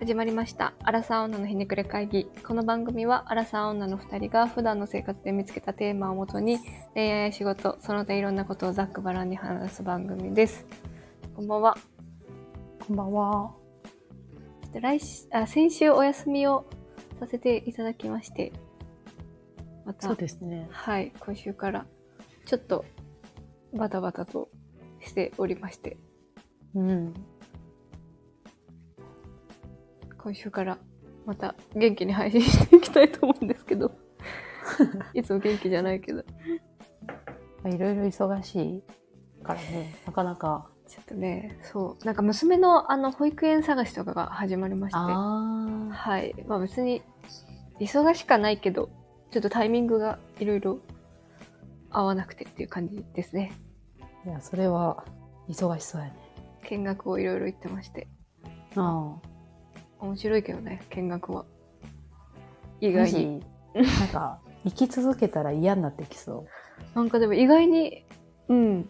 始まりました。アラサー女のひねくれ会議。この番組は、アラサー女の二人が普段の生活で見つけたテーマをもとに、恋愛や仕事、その他いろんなことをざっくばらんに話す番組です。こんばんは。こんばんは。ちょっと来しあ先週お休みをさせていただきまして、また、そうですね。はい、今週から、ちょっと、バタバタとしておりまして、うん。今週からまた元気に配信していきたいと思うんですけ どいつも元気じゃないけどちいろいろ忙しいからね、なかなか。ょっとねそうなんか娘のあの保育園探しとかが始まりましてあはいまあ別に忙しかないけどちょっとタイミングがいろいろ合わなくてっていう感じですねあ。いや、それは忙しそうやね。見学をいろいろ行ってましてあ面白いけどね見学は意あ。も外にし、なんか、生き続けたら嫌になってきそなんかでも意外に、うん。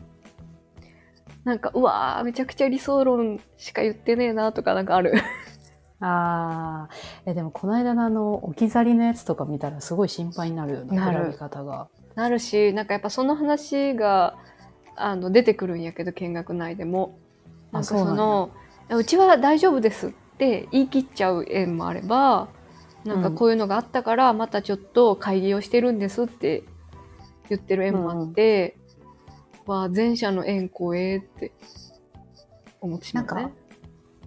なんか、うわー、めちゃくちゃ理想論しか言ってねえなとかなんかある。う。ああ。え、でもこの間のあの、置き去りのやつとか見たらすごい心配になるよね。なる選び方が。なるし、なんかやっぱその話が、あの、出てくるんやけど、見学内でも。なんあかそうそなんやの、うちは大丈夫ですって言い切っちゃう縁もあれば、なんかこういうのがあったから、またちょっと会議をしてるんですって言ってる縁もあって、わあ前者の縁怖えって思ってしまなうんね。か、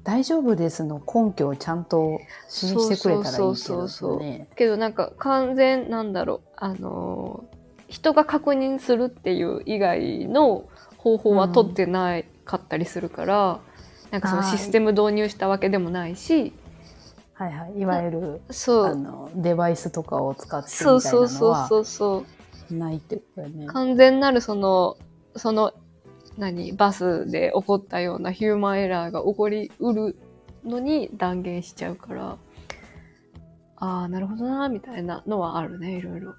大丈夫ですの根拠をちゃんと示してくれたらいいけそうどね。そうそうそうけどなんか完全なんだろうあのー人が確認するっていう以外の方法は取ってないかったりするから、なんかそのあーシステム導入したわけでもないしはいはい。いわゆる、そあうのデバイスとかを使ってみたいそうそうなのそうはそうそうないってことだよね。完全なるそのその何バスで起こったようなヒューマンエラーが起こりうるのに断言しちゃうからああなるほどなみたいなのはあるねいろいろ。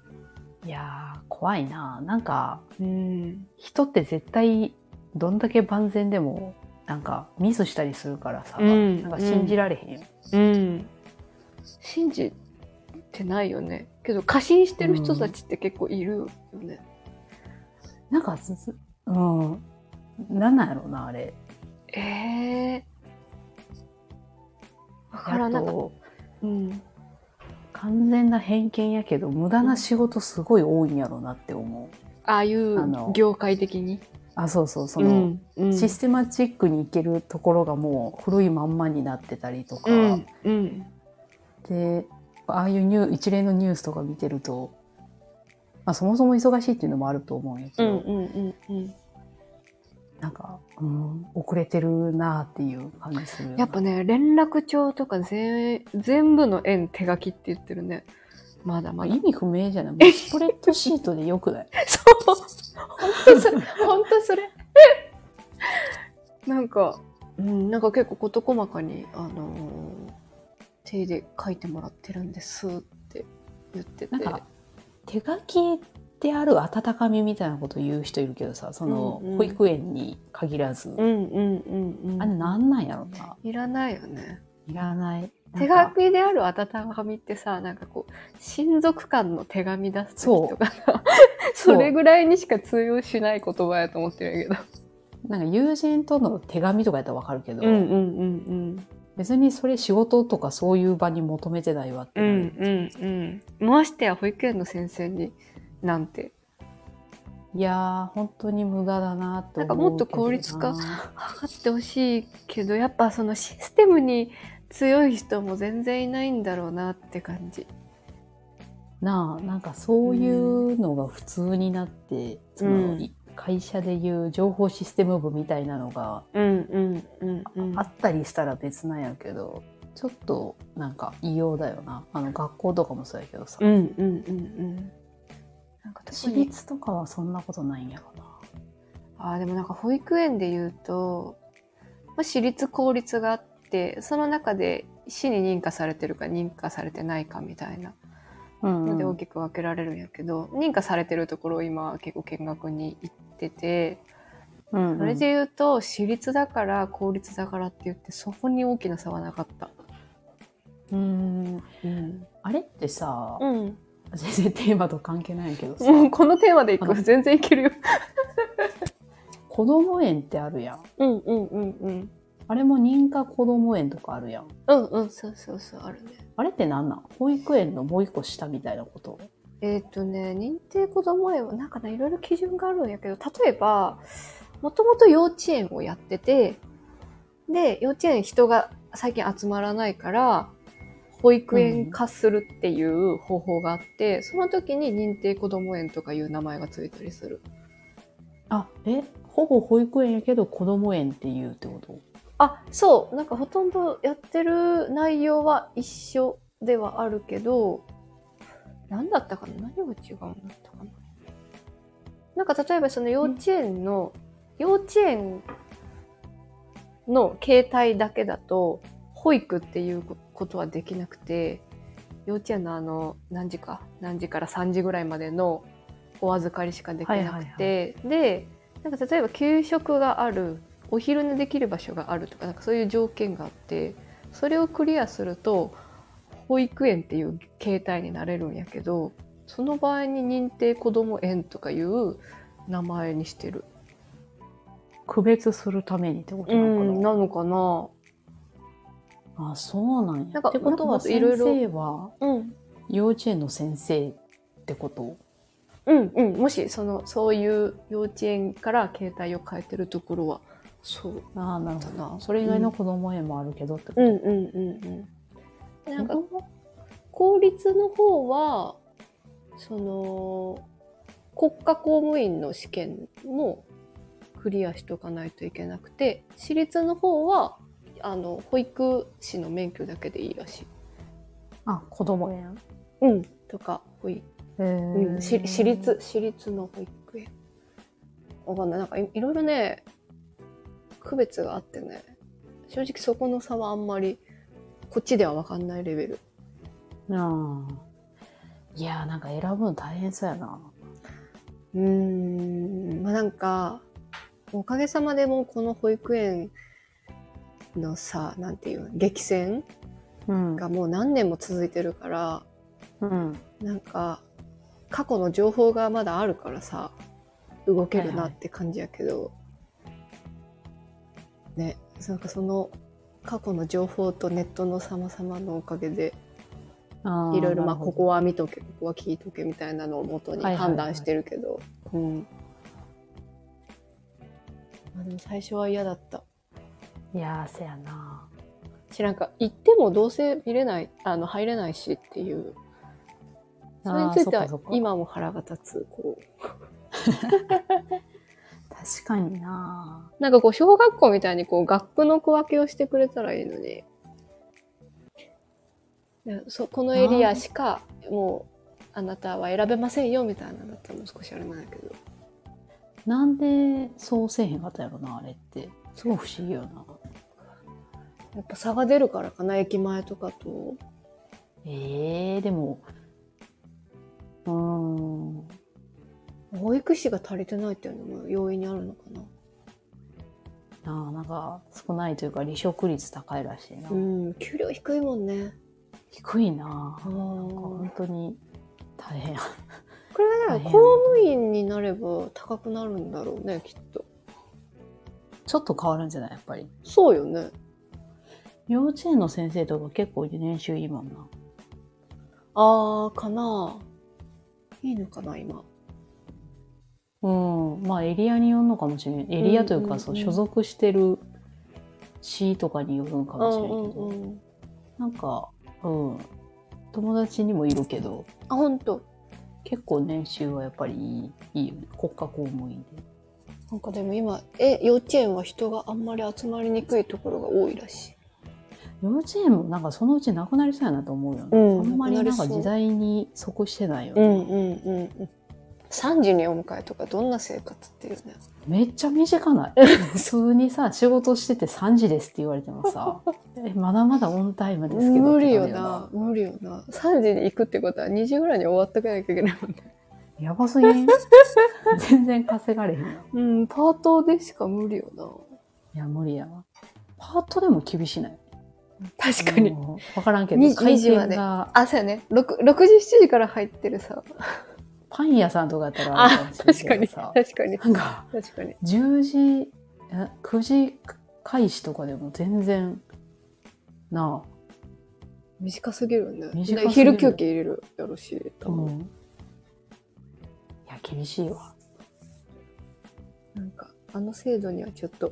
いやー怖いななんかうん人って絶対どんだけ万全でもなんかミスしたりするからさ、うんなんか信じられへんよ。うん信じてないよねけど過信してる人たちって結構いるよね、なんかずずうんなんなんやろうなあれ。えー、分からあんなんかとうん完全な偏見やけど無駄な仕事すごい多いんやろうなって思う。ああいあうの業界的にあそうそうその、、うんうんシステマチックにいけるところがもう古いまんまになってたりとか。うんうんでああいうニュー一連のニュースとか見てると、まあ、そもそも忙しいっていうのもあると思うんやけうど、んうんうんうんなんか、うん、遅れてるなっていう感じするよなやっぱね連絡帳とか全全部の円手書きって言ってるねまだままあだ意味不明じゃないもうスプレッドシートでよくない そう本当それ本当それなんか、うん、なんか結構事細かに、あのー手で書いてもらってるんですって言ってて なんか手書きである温かみみたいなこと言う人いるけどさそのうんうん保育園に限らず、うんうんうんうんあれなんなんやろないらないよねいらない手なんか紙である温かみってさなんかこう親族間の手紙出す時と かさそそうれぐらいにしか通用しない言葉やと思ってるんやけどなんか友人との手紙とかやったらわかるけうど、んうん別にそれ仕事とかそういう場に求めてないわってうなるよねんうんうんましてや保育園の先生になんていやー本当に無駄だなってな思うけどんかもっと効率化な測ってほしいけどやっぱそのシステムに強い人も全然いないんだろうなって感じなあなんかそういうのが普通になって、そのうんい会社でいう情報システム部みたいなのがうんうんうんうんあったりしたら別なんやけど、ちょっとなんか異様だよなあの学校とかもそうやけどさ、うんうんうんうんなんか私特に立とかはそんなことないんやろなあーでもなんか保育園で言うと、まあ、私立公立があってその中で市に認可されてるか認可されてないかみたいなうんのでう大んきく分けられるんやけど、認可されてるところを今結構見学に行ってて。うんうんそれで言うと私立だから公立だからって言ってそこに大きな差はなかったうん、あれってさ、うん。全然テーマと関係ないけどさ、うん、このテーマでいくあの全然いけるよ。子供園ってあるやん。うんうんうんうん。あれも認可子供園とかあるやん。うんうん、そうそうそう、あるね。あれってなんなん保育園のもう一個下みたいなことえっ、とね、認定こども園はなんかね、いろいろ基準があるんやけど、例えば、もともと幼稚園をやってて、で、幼稚園人が最近集まらないから、保育園化するっていう方法があって、その時に認定こども園とかいう名前がついたりする。あ、え、ほぼ保育園やけど子供園っていうってことあそうなんかほとんどやってる内容は一緒ではあるけど何だったかな何が違うんだったかななんか例えばその幼稚園の幼稚園の携帯だけだと保育っていうことはできなくて幼稚園のあの何時か何時から3時ぐらいまでのお預かりしかできなくて、でなんか例えば給食があるお昼寝できる場所があるとかなんかそういう条件があってそれをクリアすると保育園っていう形態になれるんやけどその場合に認定こども園とかいう名前にしてる。区別するためにってことうなのかな、ん、なのかな。あ、そうなんや。なんかってことなんかもは先っと色々生はうん、幼稚園の先生ってことうん、うん。もしそのそういう幼稚園から携帯を変えてるところはそうああ、なるだほなど。。それ以外の子供園もあるけどってこと、うんうんうんうん。なんか子供公立の方はその国家公務員の試験もクリアしとかないといけなくて私立の方はあの保育士の免許だけでいいらしい。あ、子供園。うん、とか保育、へうーん、し私立私立の保育園。わかんないなんかいいろいろね区別があってね正直そこの差はあんまりこっちではわかんないレベル。ああ。いやー、なんか選ぶの大変そうやな。うーんまあなんかおかげさまでもうこの保育園のさなんていうの激戦うんがもう何年も続いてるからうん。なんか過去の情報がまだあるからさ動けるなって感じやけど、ねなんかその過去の情報とネットの様々のおかげであーいろいろまあなるこほどこは見とけここは聞いとけみたいなのを元にはいはいはい判断してるけど、うんまあでも最初は嫌だったいやー、せやな。しなんか行ってもどうせ見れないあの入れないしっていうそれについてあはーそっかそっか今も腹が立つこう確かにな。なんかこう小学校みたいにこう学区の区分けをしてくれたらいいのにねそこのエリアしかもうあなたは選べませんよみたいなのだったらもう少しあれなんやけどなんでそうせえへんかったんやろな、あれって。すごい不思議よな。やっぱ差が出るからかな駅前とかと。ええー、でも、うーん。保育士が足りてないっていうのも容易にあるのかな。なあ、なんか少ないというか離職率高いらしいな。うん、給料低いもんね。低いな。あ本ー当に大変。これはだから公務員になれば高くなるんだろうね、きっと。ちょっと変わるんじゃないやっぱり。そうよね。幼稚園の先生とか結構年収いいもんな。あー、かな。いいのかな、今。うん。まあエリアによるのかもしれん。エリアといううんうんうか、んそう、所属してる市とかによるのかうもしんれんけど。うんうん。なんか、うん。友達にもいるけど、あ、ほんと。結構年収はやっぱりいいいいよね。国家公務員で。なんかでも今、え、幼稚園は人があんまり集まりにくいところが多いらしい。幼稚園もなんかそのうちなくなりそうやなと思うよね。うんあんまりなんなくなかりそう時代に即してないようね。んうんうんうん。3時にお迎えとかどんな生活っていうね。めっちゃ 短ない。普通にさ、仕事してて3時ですって言われてもさ、えまだまだオンタイムですけど無って理なよるな。無理よな3時に行くってことは2時ぐらいに終わっとかなきゃいけないもんねな。やばすぎ ん全然稼がれへんよ。うんパートでしか無理よいや、無理やわ。パートでも厳しない。な確かに。分からんけにど、回20ま転でがあ、そうやね。6 6時、7時から入ってるさ。パン屋さんとかだったらああるかもし、れ確かんけに。どさ、確かに。なんか確かに。 10時、え9時開始とかでも全然、な短すぎるよね。短すぎるで昼休憩入れるやろし、あ、多う分ん。いや、厳しいわ。なんか、あの制度にはちょっと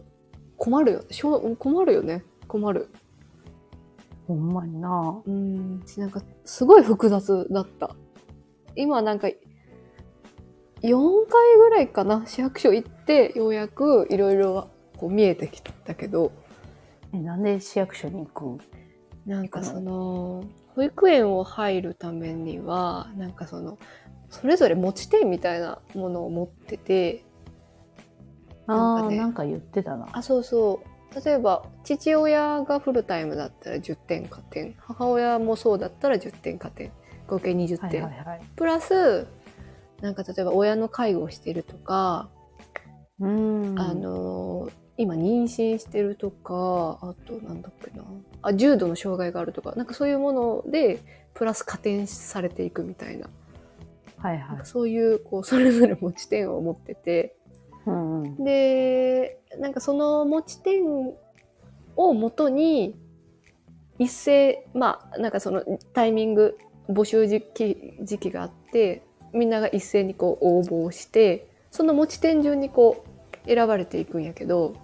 困るよ。しょう困るよね。困る。ほんまになうん。しなんか、すごい複雑だった。今なんか、4回ぐらいかな、市役所行って、ようやくいろいろこう見えてきたけど、え、なんで市役所に行くなんかその保育園を入るためにはなんかそのそれぞれ持ち点みたいなものを持っててなんあかあ、ねなんか言ってたな。あそうそう例えば父親がフルタイムだったら10点加点母親もそうだったら10点加点合計20点、はいはいはい。プラスなんか例えば親の介護をしてるとか、うん。あのー今妊娠してるとかあとなんだっけなあ重度の障害があるとかなんかそういうものでプラス加点されていくみたいなはいはないんか。そういうこうそれぞれ持ち点を持っててうんうん。でなんかその持ち点をもとに一斉まあなんかそのタイミング募集時期時期があってみんなが一斉にこう応募をしてその持ち点順にこう選ばれていくんやけど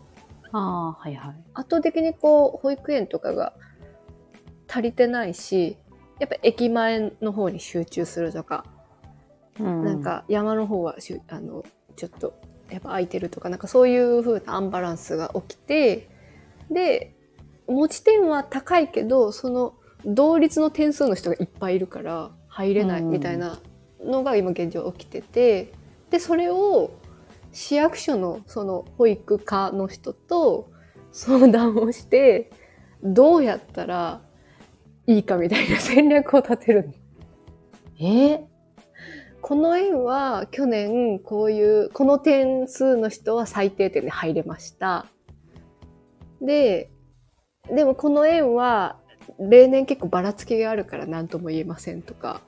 ああー、はいはい。圧倒的にこう保育園とかが足りてないしやっぱ駅前の方に集中するとかうんなん、か山の方はしゅあのちょっとやっぱ空いてるとかなんかそういう風なアンバランスが起きてで持ち点は高いけどその同率の点数の人がいっぱいいるから入れないうんみたいなのが今現状起きててでそれを市役所のその保育課の人と相談をしてどうやったらいいかみたいな戦略を立てるんえー、この園は去年こういうこの点数の人は最低点で入れましたででもこの園は例年結構ばらつきがあるから何とも言えませんとか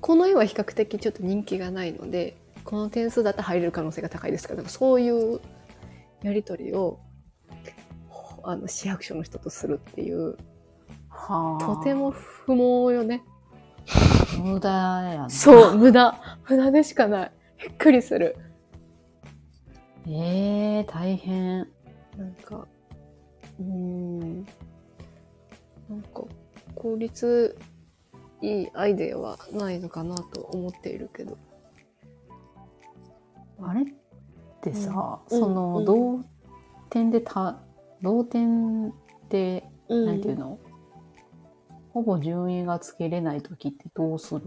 この園は比較的ちょっと人気がないのでこの点数だったら入れる可能性が高いですからなんかそういうやり取りをほあの市役所の人とするっていうはあ。とても不毛よね無駄やな。そう無駄無駄でしかないびっくりするええ大変。なんか、うーん、なんか効率いいアイデアはないのかなと思っているけど。あれってさ、うんその、うん同点でた、同点で、なんていうの、ほぼ順位がつけれない時ってどうする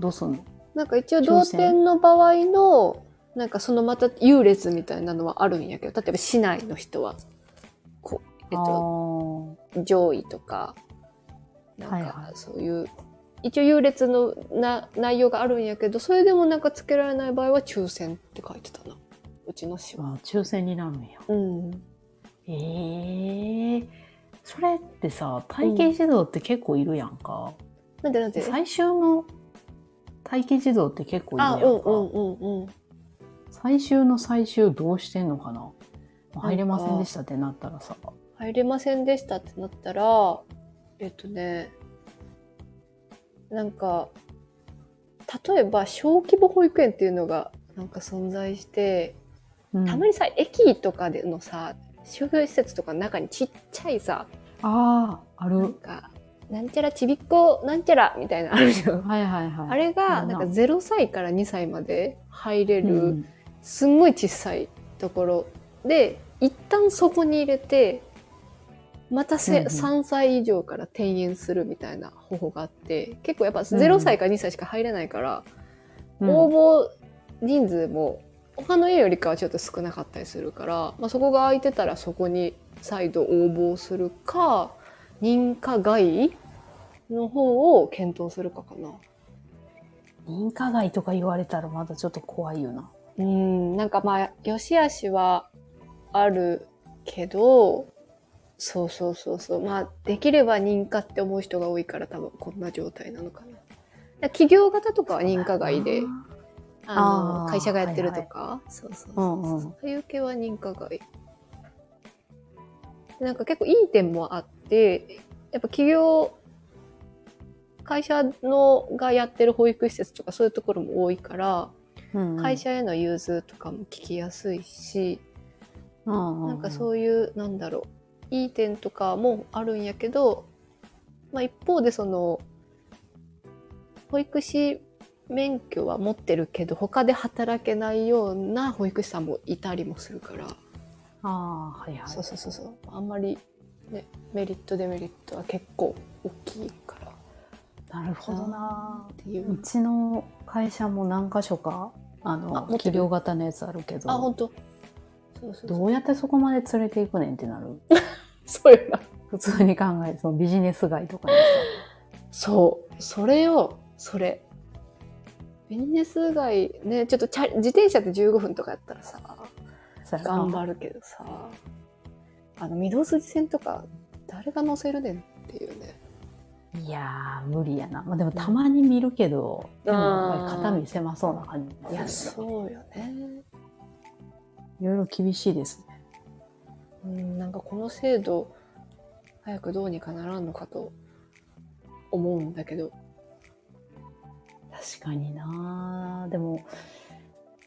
どうすんのなんか一応挑同戦点の場合の、なんかそのまた優劣みたいなのはあるんやけど、例えば市内の人は、こう、えっと、上位とか、なんはいかはいそういう、一応優劣のな内容があるんやけど、それでもなんかつけられない場合は抽選って書いてたな。うちの市あーは。まあ、抽選になるんや。うん。ええそれってさ、体験指導って結構いるやんか。なんでなんで最終の待機児童って結構いるやあ、んうんか。うんうんうん。最終の最終どうしてんのかな入れませんでしたってなったらさ入れませんでしたってなったら、えっとね、なんか、例えば小規模保育園っていうのがなんか存在して、うんたまにさ、駅とかでのさ、商業施設とかの中にちっちゃいさ、あああなんるか、なんちゃらちびっこなんちゃらみたいなのあるじゃん。はいはいはいあれが、あるななんか0歳から2歳まで入れうる、んすんごい小さいところで一旦そこに入れてまたせ、うんうん3歳以上から転園するみたいな方法があって結構やっぱん0歳から2歳しか入れないから、うん応募人数も他の家よりかはちょっと少なかったりするから、まあ、そこが空いてたらそこに再度応募するか認可外の方を検討するかかな。認可外とか言われたらまだちょっと怖いよなうん、なんかまあ、良し悪しはあるけど、そうそうそうそうまあできれば認可って思う人が多いから多分こんな状態なのかなだから企業型とかは認可外であのあー会社がやってるとか、そうそううそう、んうん。そういう系は認可外なんか結構いい点もあってやっぱ企業会社のがやってる保育施設とかそういうところも多いから、うんうん会社への融通とかも聞きやすいし、ななんかうそういうなんだろういい点とかもあるんやけど、まあ、一方でその保育士免許は持ってるけど他で働けないような保育士さんもいたりもするから、ん。ああ、はいはい。そうそうそうそうあんまり、ね、メリットデメリットは結構大きいからっなるほどな。ていう、うちの会社も何箇所か、ああ持っの、てる企業型のやつあるけあ本ど、当そうそうそどううやってそこまで連れていくねんってなる。そうよな普通に考えて、そのビジネス街とかにさ。そうそれをそれビジネス街ねちょっとチャリ自転車で15分とかやったらさそうやな頑張るけどさあの御堂筋線とか誰が乗せるねんっていうねいやー、無理やな。まあでもたまに見るけど、うんでもやっぱり肩身狭そうな感じいやするそうよねいろいろ厳しいですね。うんなんかこの制度早くどうにかならんのかと思うんだけど確かになでも、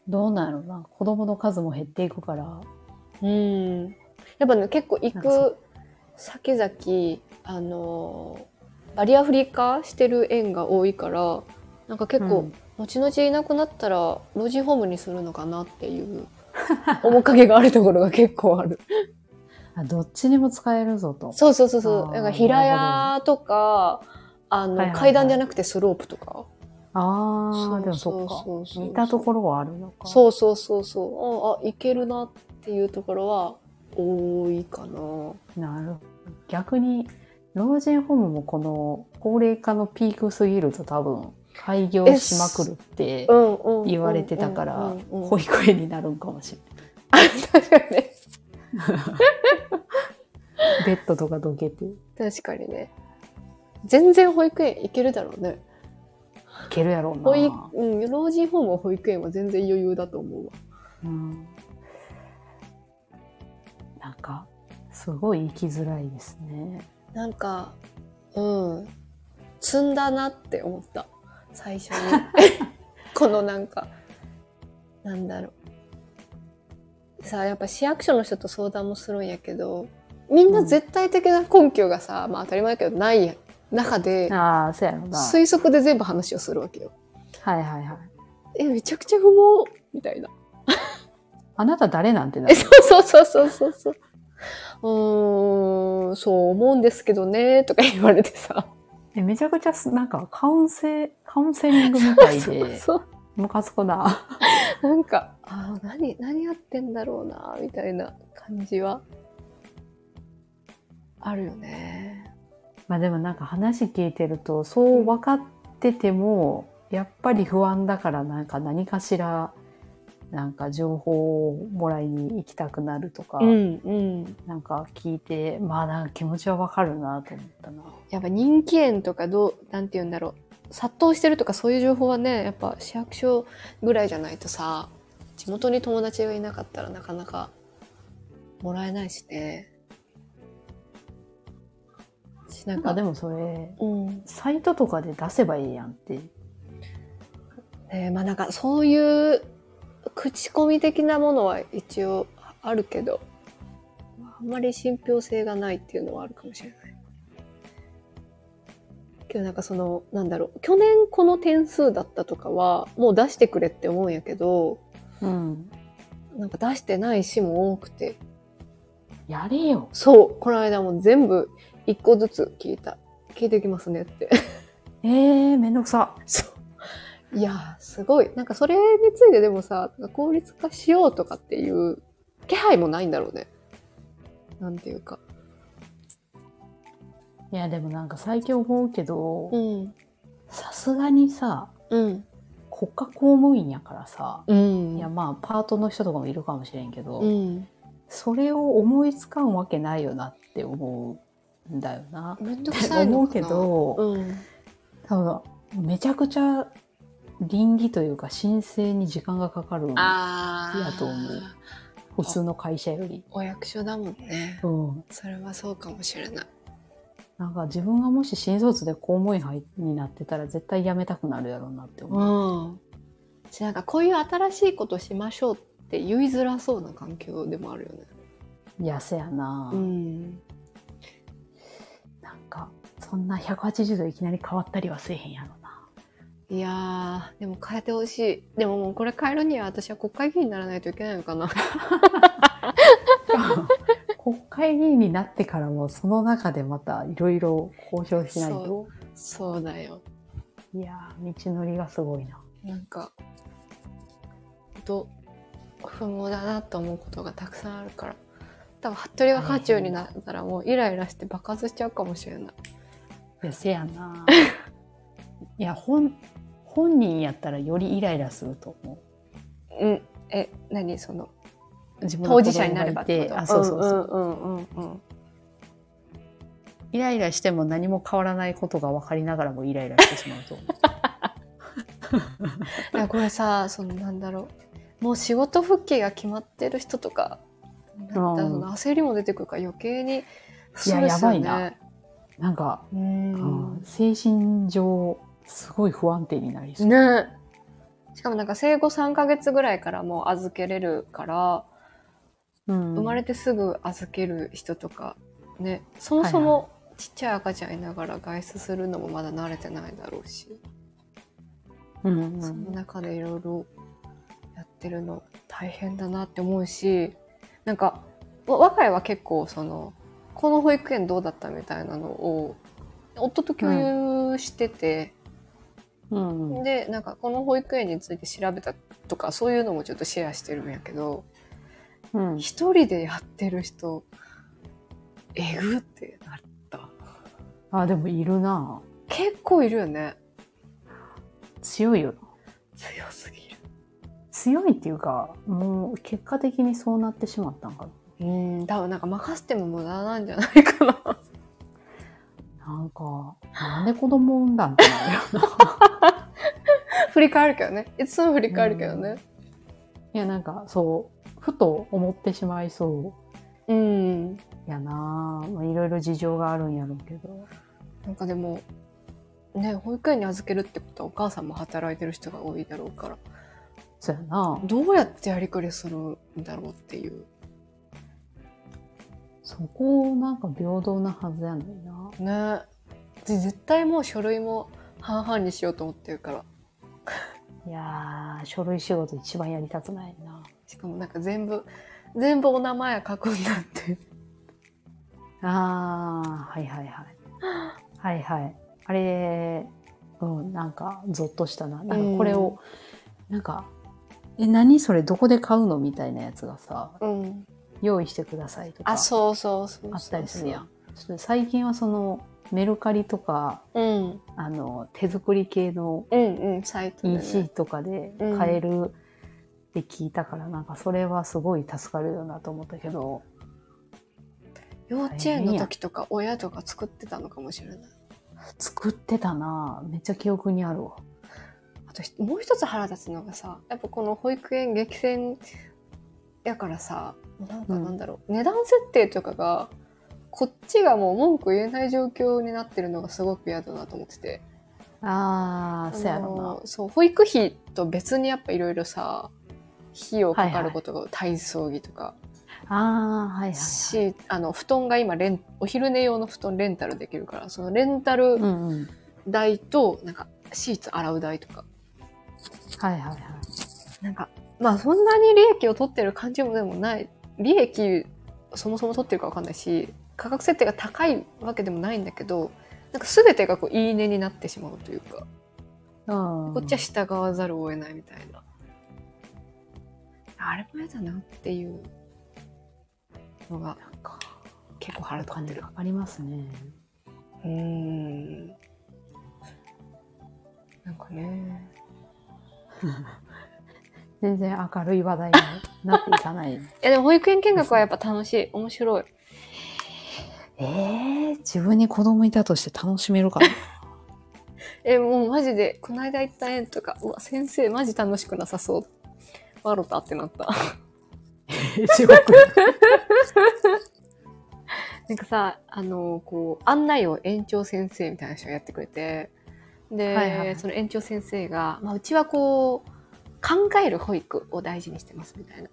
どうなんやろうな。子供の数も減っていくから、うんやっぱね結構行なんかそく先々あのーバリアフリー化してる園が多いからなんか結う構ん、後々いなくなったら老人ホームにするのかなっていう面影があるところが結構あ るあどっちにも使えるぞと。そうそうそうそうあーなんか平屋とかあの、はいはいはい階段じゃなくてスロープとかあそうあ、でもそっそうそうか。そう似たところはあるのか。そうそうそうそうああ行けるなっていうところは多いかななるほど。逆に、老人ホームもこの高齢化のピークすぎると多分、開業しまくるってうんうんうん言われてたかうらんうん、うん保育園になるんかもしれない。 確かにねベッドとかどけて。い確かにね全然保育園行けるだろうねけるやろう保育な。、うん、老人ホームは保育園は全然余裕だと思うわうんなんか、すごい生きづらいですね。なんかうん積んだなって思った最初 にこのなんかなんだろうさあやっぱ市役所の人と相談もするんやけどみんな絶対的な根拠がさ、まあ当たり前だけどないや中でああ、そうやろな。はい推測で全部話をするわけよはいはい。えめちゃくちゃ不毛みたいなあなた誰なんてなえる。そうそうそうそうそうそう。うーん、そう思うんですけどね、とか言われてさ。えめちゃくちゃす、なんか、カウンセ、カウンセリングみたい そうで、そう。ムカつくな。なんか、あー何、何やってんだろうな、みたいな感じは、あるよね。まあでもなんか話聞いてると、そう分かってても、やっぱり不安だからなんか何かしら、なんか情報をもらいに行きたくなるとか、ん、うん。なんか聞いて、まあなんか気持ちはわかるなと思ったな。やっぱ人気園とかどう、なんて言うんだろう。殺到してるとかそういう情報はね、やっぱ市役所ぐらいじゃないとさ、地元に友達がいなかったらなかなかもらえないしね。しななんんかかでもそれ、うん。サイトとかで出せばいいやんって。えーまあなんかそういう口コミ的なものは一応あるけど、あんまり信憑性がないっていうのはあるかもしれない。けどなんかその、なんだろう、去年この点数だったとかは、もう出してくれって思うんやけど、うん。なんか出してない市も多くて、やれよ。そう、この間も全部一個ずつ聞いた。聞いてきますねって。えー、めんどくさ。そう。いやー、すごい。なんかそれについてでもさ、効率化しようとかっていう気配もないんだろうね。なんていうか。いや、でもなんか最近思うけど、ん。さすがにさ、うん。国家公務員やからさ、うん。いやまあパートの人とかもいるかもしれんけど、うん。それを思いつかんわけないよなって思うんだよな。めんどっくてさい思のうかけなど、うん多分めちゃくちゃ倫理というか申請に時間がかかるああやと思う普通の会社より。お役所だもんねうん、それはそうかもしれないなんか自分がもし新卒で公務員入になってたら絶対辞めたくなるやろうなって思う。うんしなんかこういう新しいことしましょうって言いづらそうな環境でもあるよねいやせやな、うんなんかそんな180度いきなり変わったりはせえへんやろな。いやーでも変えてほしいでももうこれ変えるには私は国会議員にならないといけないのかな 国会議員になってからもその中でまたいろいろ公表しないとそそうだよいやー道のりがすごいな。なんかと不毛だなと思うことがたくさんあるから多分服部が渦中になったらもうイライラして爆発しちゃうかもしれないいやせやな いや本本人やったらよりイライラすると思うんえ何そのう自分の当子供がい事者になればってことあそうそうそう、うんうんうんうんイライラしても何も変わらないことが分かりながらもイライラしてしまうと思ういやこれさそのなんだろうもう仕事復帰が決まってる人とかなんかうんその焦りも出てくるから余計にストやレスよねやばいな なんか、ううんん精神上すごい不安定になりそう、ねしかもなんか生後3ヶ月ぐらいからもう預けれるからうん生まれてすぐ預ける人とかねそもそもちっちゃい赤ちゃんいながら外出するのもまだ慣れてないだろうし、うんうそのん中でいろいろやってるの大変だなって思うしなんかわ若いは結構そのこの保育園どうだったみたいなのを夫と共有してて、うんうんでなんかこの保育園について調べたとかそういうのもちょっとシェアしてるんやけど、うん一人でやってる人えぐってなったあでもいるな結構いるよね強いよな強すぎる強いっていうかもう結果的にそうなってしまったんかうん多分なんか任せても無駄なんじゃないか なななんかなんで子供産んだ んってなるよな振り返るけどねいつも振り返るけどねいやなんかそうふと思ってしまいそうん、うやなあまあいろいろ事情があるんやろうけどなんかでもね保育園に預けるってことはお母さんも働いてる人が多いだろうからそうやなどうやってやりくりするんだろうっていうそこなんか平等なはずやないなねで絶対もう書類も半々にしようと思ってるからいやー書類仕事一番やりたくないなしかもなんか全部全部お名前書くんだってあーはいはい はいはいはいあれうんなんかゾッとしたななんかこれを、なんかえ何それどこで買うのみたいなやつがさうん用意してくださいとかあそうそうそうそうあったりするやん。ちょっと最近はそのメルカリとかうんあの手作り系のうんうんサイトで、ね、 EC とかで買えるって聞いたから、なんかそれはすごい助かるよなと思ったけど幼稚園の時とか親とか作ってたのかもしれない作ってたなめっちゃ記憶にあるわ。あとひもう一つ腹立つのがさやっぱこの保育園激戦やからさもうなんかうんなんだろう、値段設定とかがこっちがもう文句言えない状況になってるのがすごく嫌だなと思っててあーそやろのそう保育費と別にやっぱいろいろさ費用かかることが、体操着とかな。あーはいはい、はい。しあの布団が今レンお昼寝用の布団レンタルできるからそのレンタルうんうん。代と、なんかシーツ洗う代とかはいはいはい。なんかまあそんなに利益を取ってる感じもでもない利益そもそも取ってるかわかんないし価格設定が高いわけでもないんだけどなんか全てがこういいねになってしまうというかうん、こっちは従わざるを得ないみたいな。あれも嫌だなっていうのがなんか結構腹お立って金る。かかりますね。うーん。なんかね。全然明るい話題になっていかない。いやでも保育園見学はやっぱ楽しい。面白い。 えー、自分に子供いたとして楽しめるかなえ、もうマジで、この間行った園とか、うわ、先生マジ楽しくなさそう。笑ったってなった。 地 獄。なんかさ、あの、こう、案内を園長先生みたいな人がやってくれて、で、はいはいその園長先生が、まあ、うちはこう、考える保育を大事にしてますみたいな。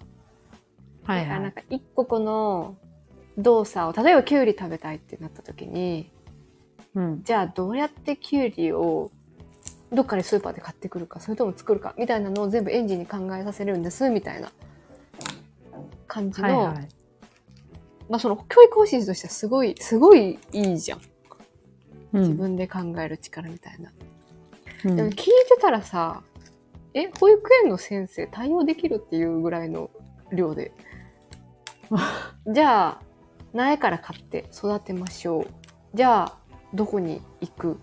はいだからはなんい。か一個この動作を、例えばキュウリ食べたいってなった時に、うん。じゃあどうやってキュウリをどっかでスーパーで買ってくるか、それとも作るかみたいなのを全部園児に考えさせるんですみたいな感じの、はいはい。まあその教育方針としてはすごい、すごいいいじゃん。う自ん。分で考える力みたいな。うんでも聞いてたらさ、え、保育園の先生対応できるっていうぐらいの量 で。じゃあ、苗から買って育てましょう。じゃあ、どこに行く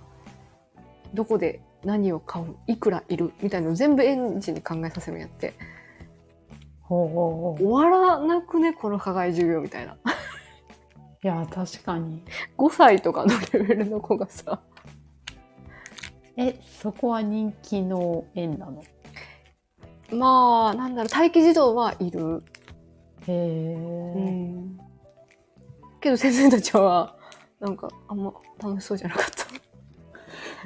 どこで何を買ういくらいるみたいなのを全部園児に考えさせるんやって。ほうほうほう。終わらなくね、この課外授業みたいな。 いや、確かに。 5歳とかのレベルの子がさ。え、そこは人気の園なのまあ、なんだろう、待機児童はいる。うへえ。んけど先生たちはなんかあんま楽しそうじゃなかった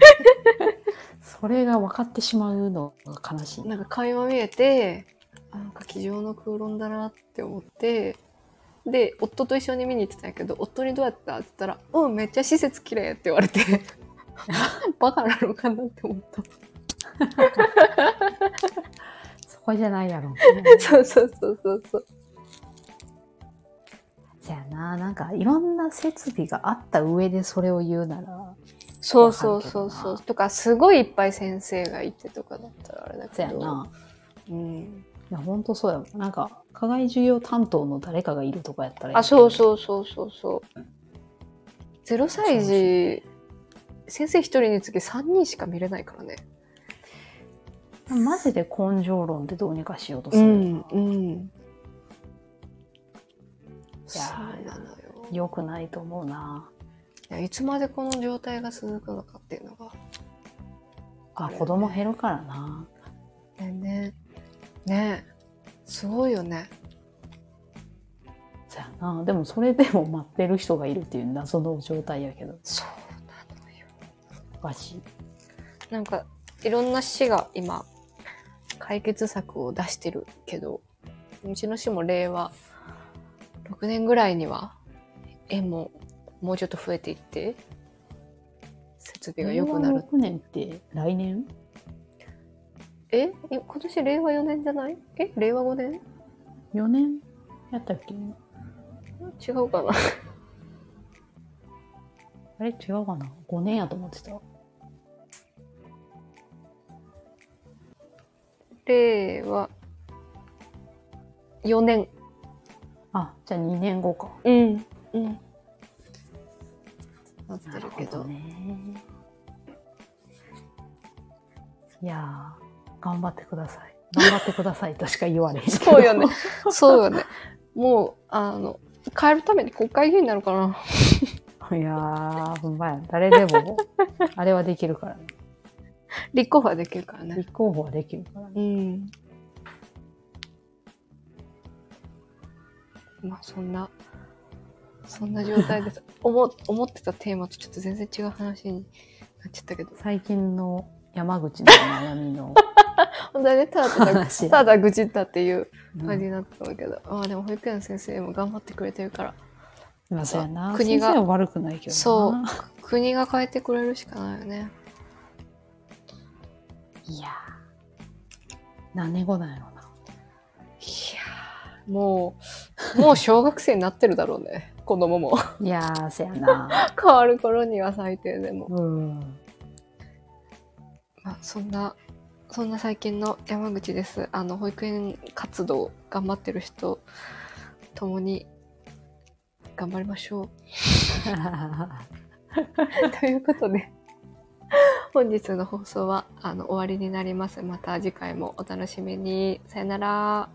それが分かってしまうのが悲しい。なんか会話見えてあなんか机上の空論だなって思ってで夫と一緒に見に行ってたんやけど夫に「どうやった?」って言ったら「うんめっちゃ施設綺麗って言われて バカなのかなって思ったそこじゃないやろ。 そうそうそうそうそうじゃあな、なんかいろんな設備があった上でそれを言うなら、そうそうそうそわうかとかすごいいっぱい先生がいてとかだったらあれだそけやどな。うん、いや、ほんとそうやもん。なんか、課外授業担当の誰かがいるとかやったらいいあ、そうそうそうそうそう。ゼロ歳児、先生一人につき3人しか見れないからね。う。マジで根性論でどうにかしようとすうる。ん、うん。そうなのよ良くないと思うな。いや。いつまでこの状態が続くのかっていうのが。あ、ね子供減るからな。ねね。ねすごいよね。そうやな。でも、それでも待ってる人がいるっていう謎の状態やけど、そうなのよ。おかしい。なんか、いろんな市が今、解決策を出してるけど、うちの市も令和6年ぐらいには、園ももうちょっと増えていって、設備が良くなる。 6年って来年えい今年令和4年じゃないえ令和5年 ?4 年やったっけ違うかな あれ違うかな ?5 年やと思ってた。令和4年。あ、じゃあ2年後か。うん。うん。なってなるるけほど。どね。いやー、頑張ってください。頑張ってくださいとしか言われへんけど。 そうよね。そうよね。 もう、あの、変えるために国会議員になるかな。いやー、ほんまや。誰でも、あれはできるからね。立候補はできるからね。立候補はできるからね。うん。まあ、そんな、そんな状態です。 思思ってたテーマとちょっと全然違う話になっちゃったけど。最近の山口の悩 みの本当はね、ただただ、話やただ愚痴ったっていうう感じん。になったんだけど、まあでも保育園の先生も頑張ってくれてるから、まあ、そうやな。国国がが。は悪くないけどな。そう国が変えてくれるしかないよね。いやー。何年後なんやろうな。いやーもう、もう小学生になってるだろうね。 子供も。いやー、そうやな。変わる頃には最低でも。うん。 まあ、そんな、そんな最近の山口です。あの、保育園活動頑張ってる人、共に頑張りましょう。 ということで、本日の放送はあの終わりになります。また次回もお楽しみに。さよなら。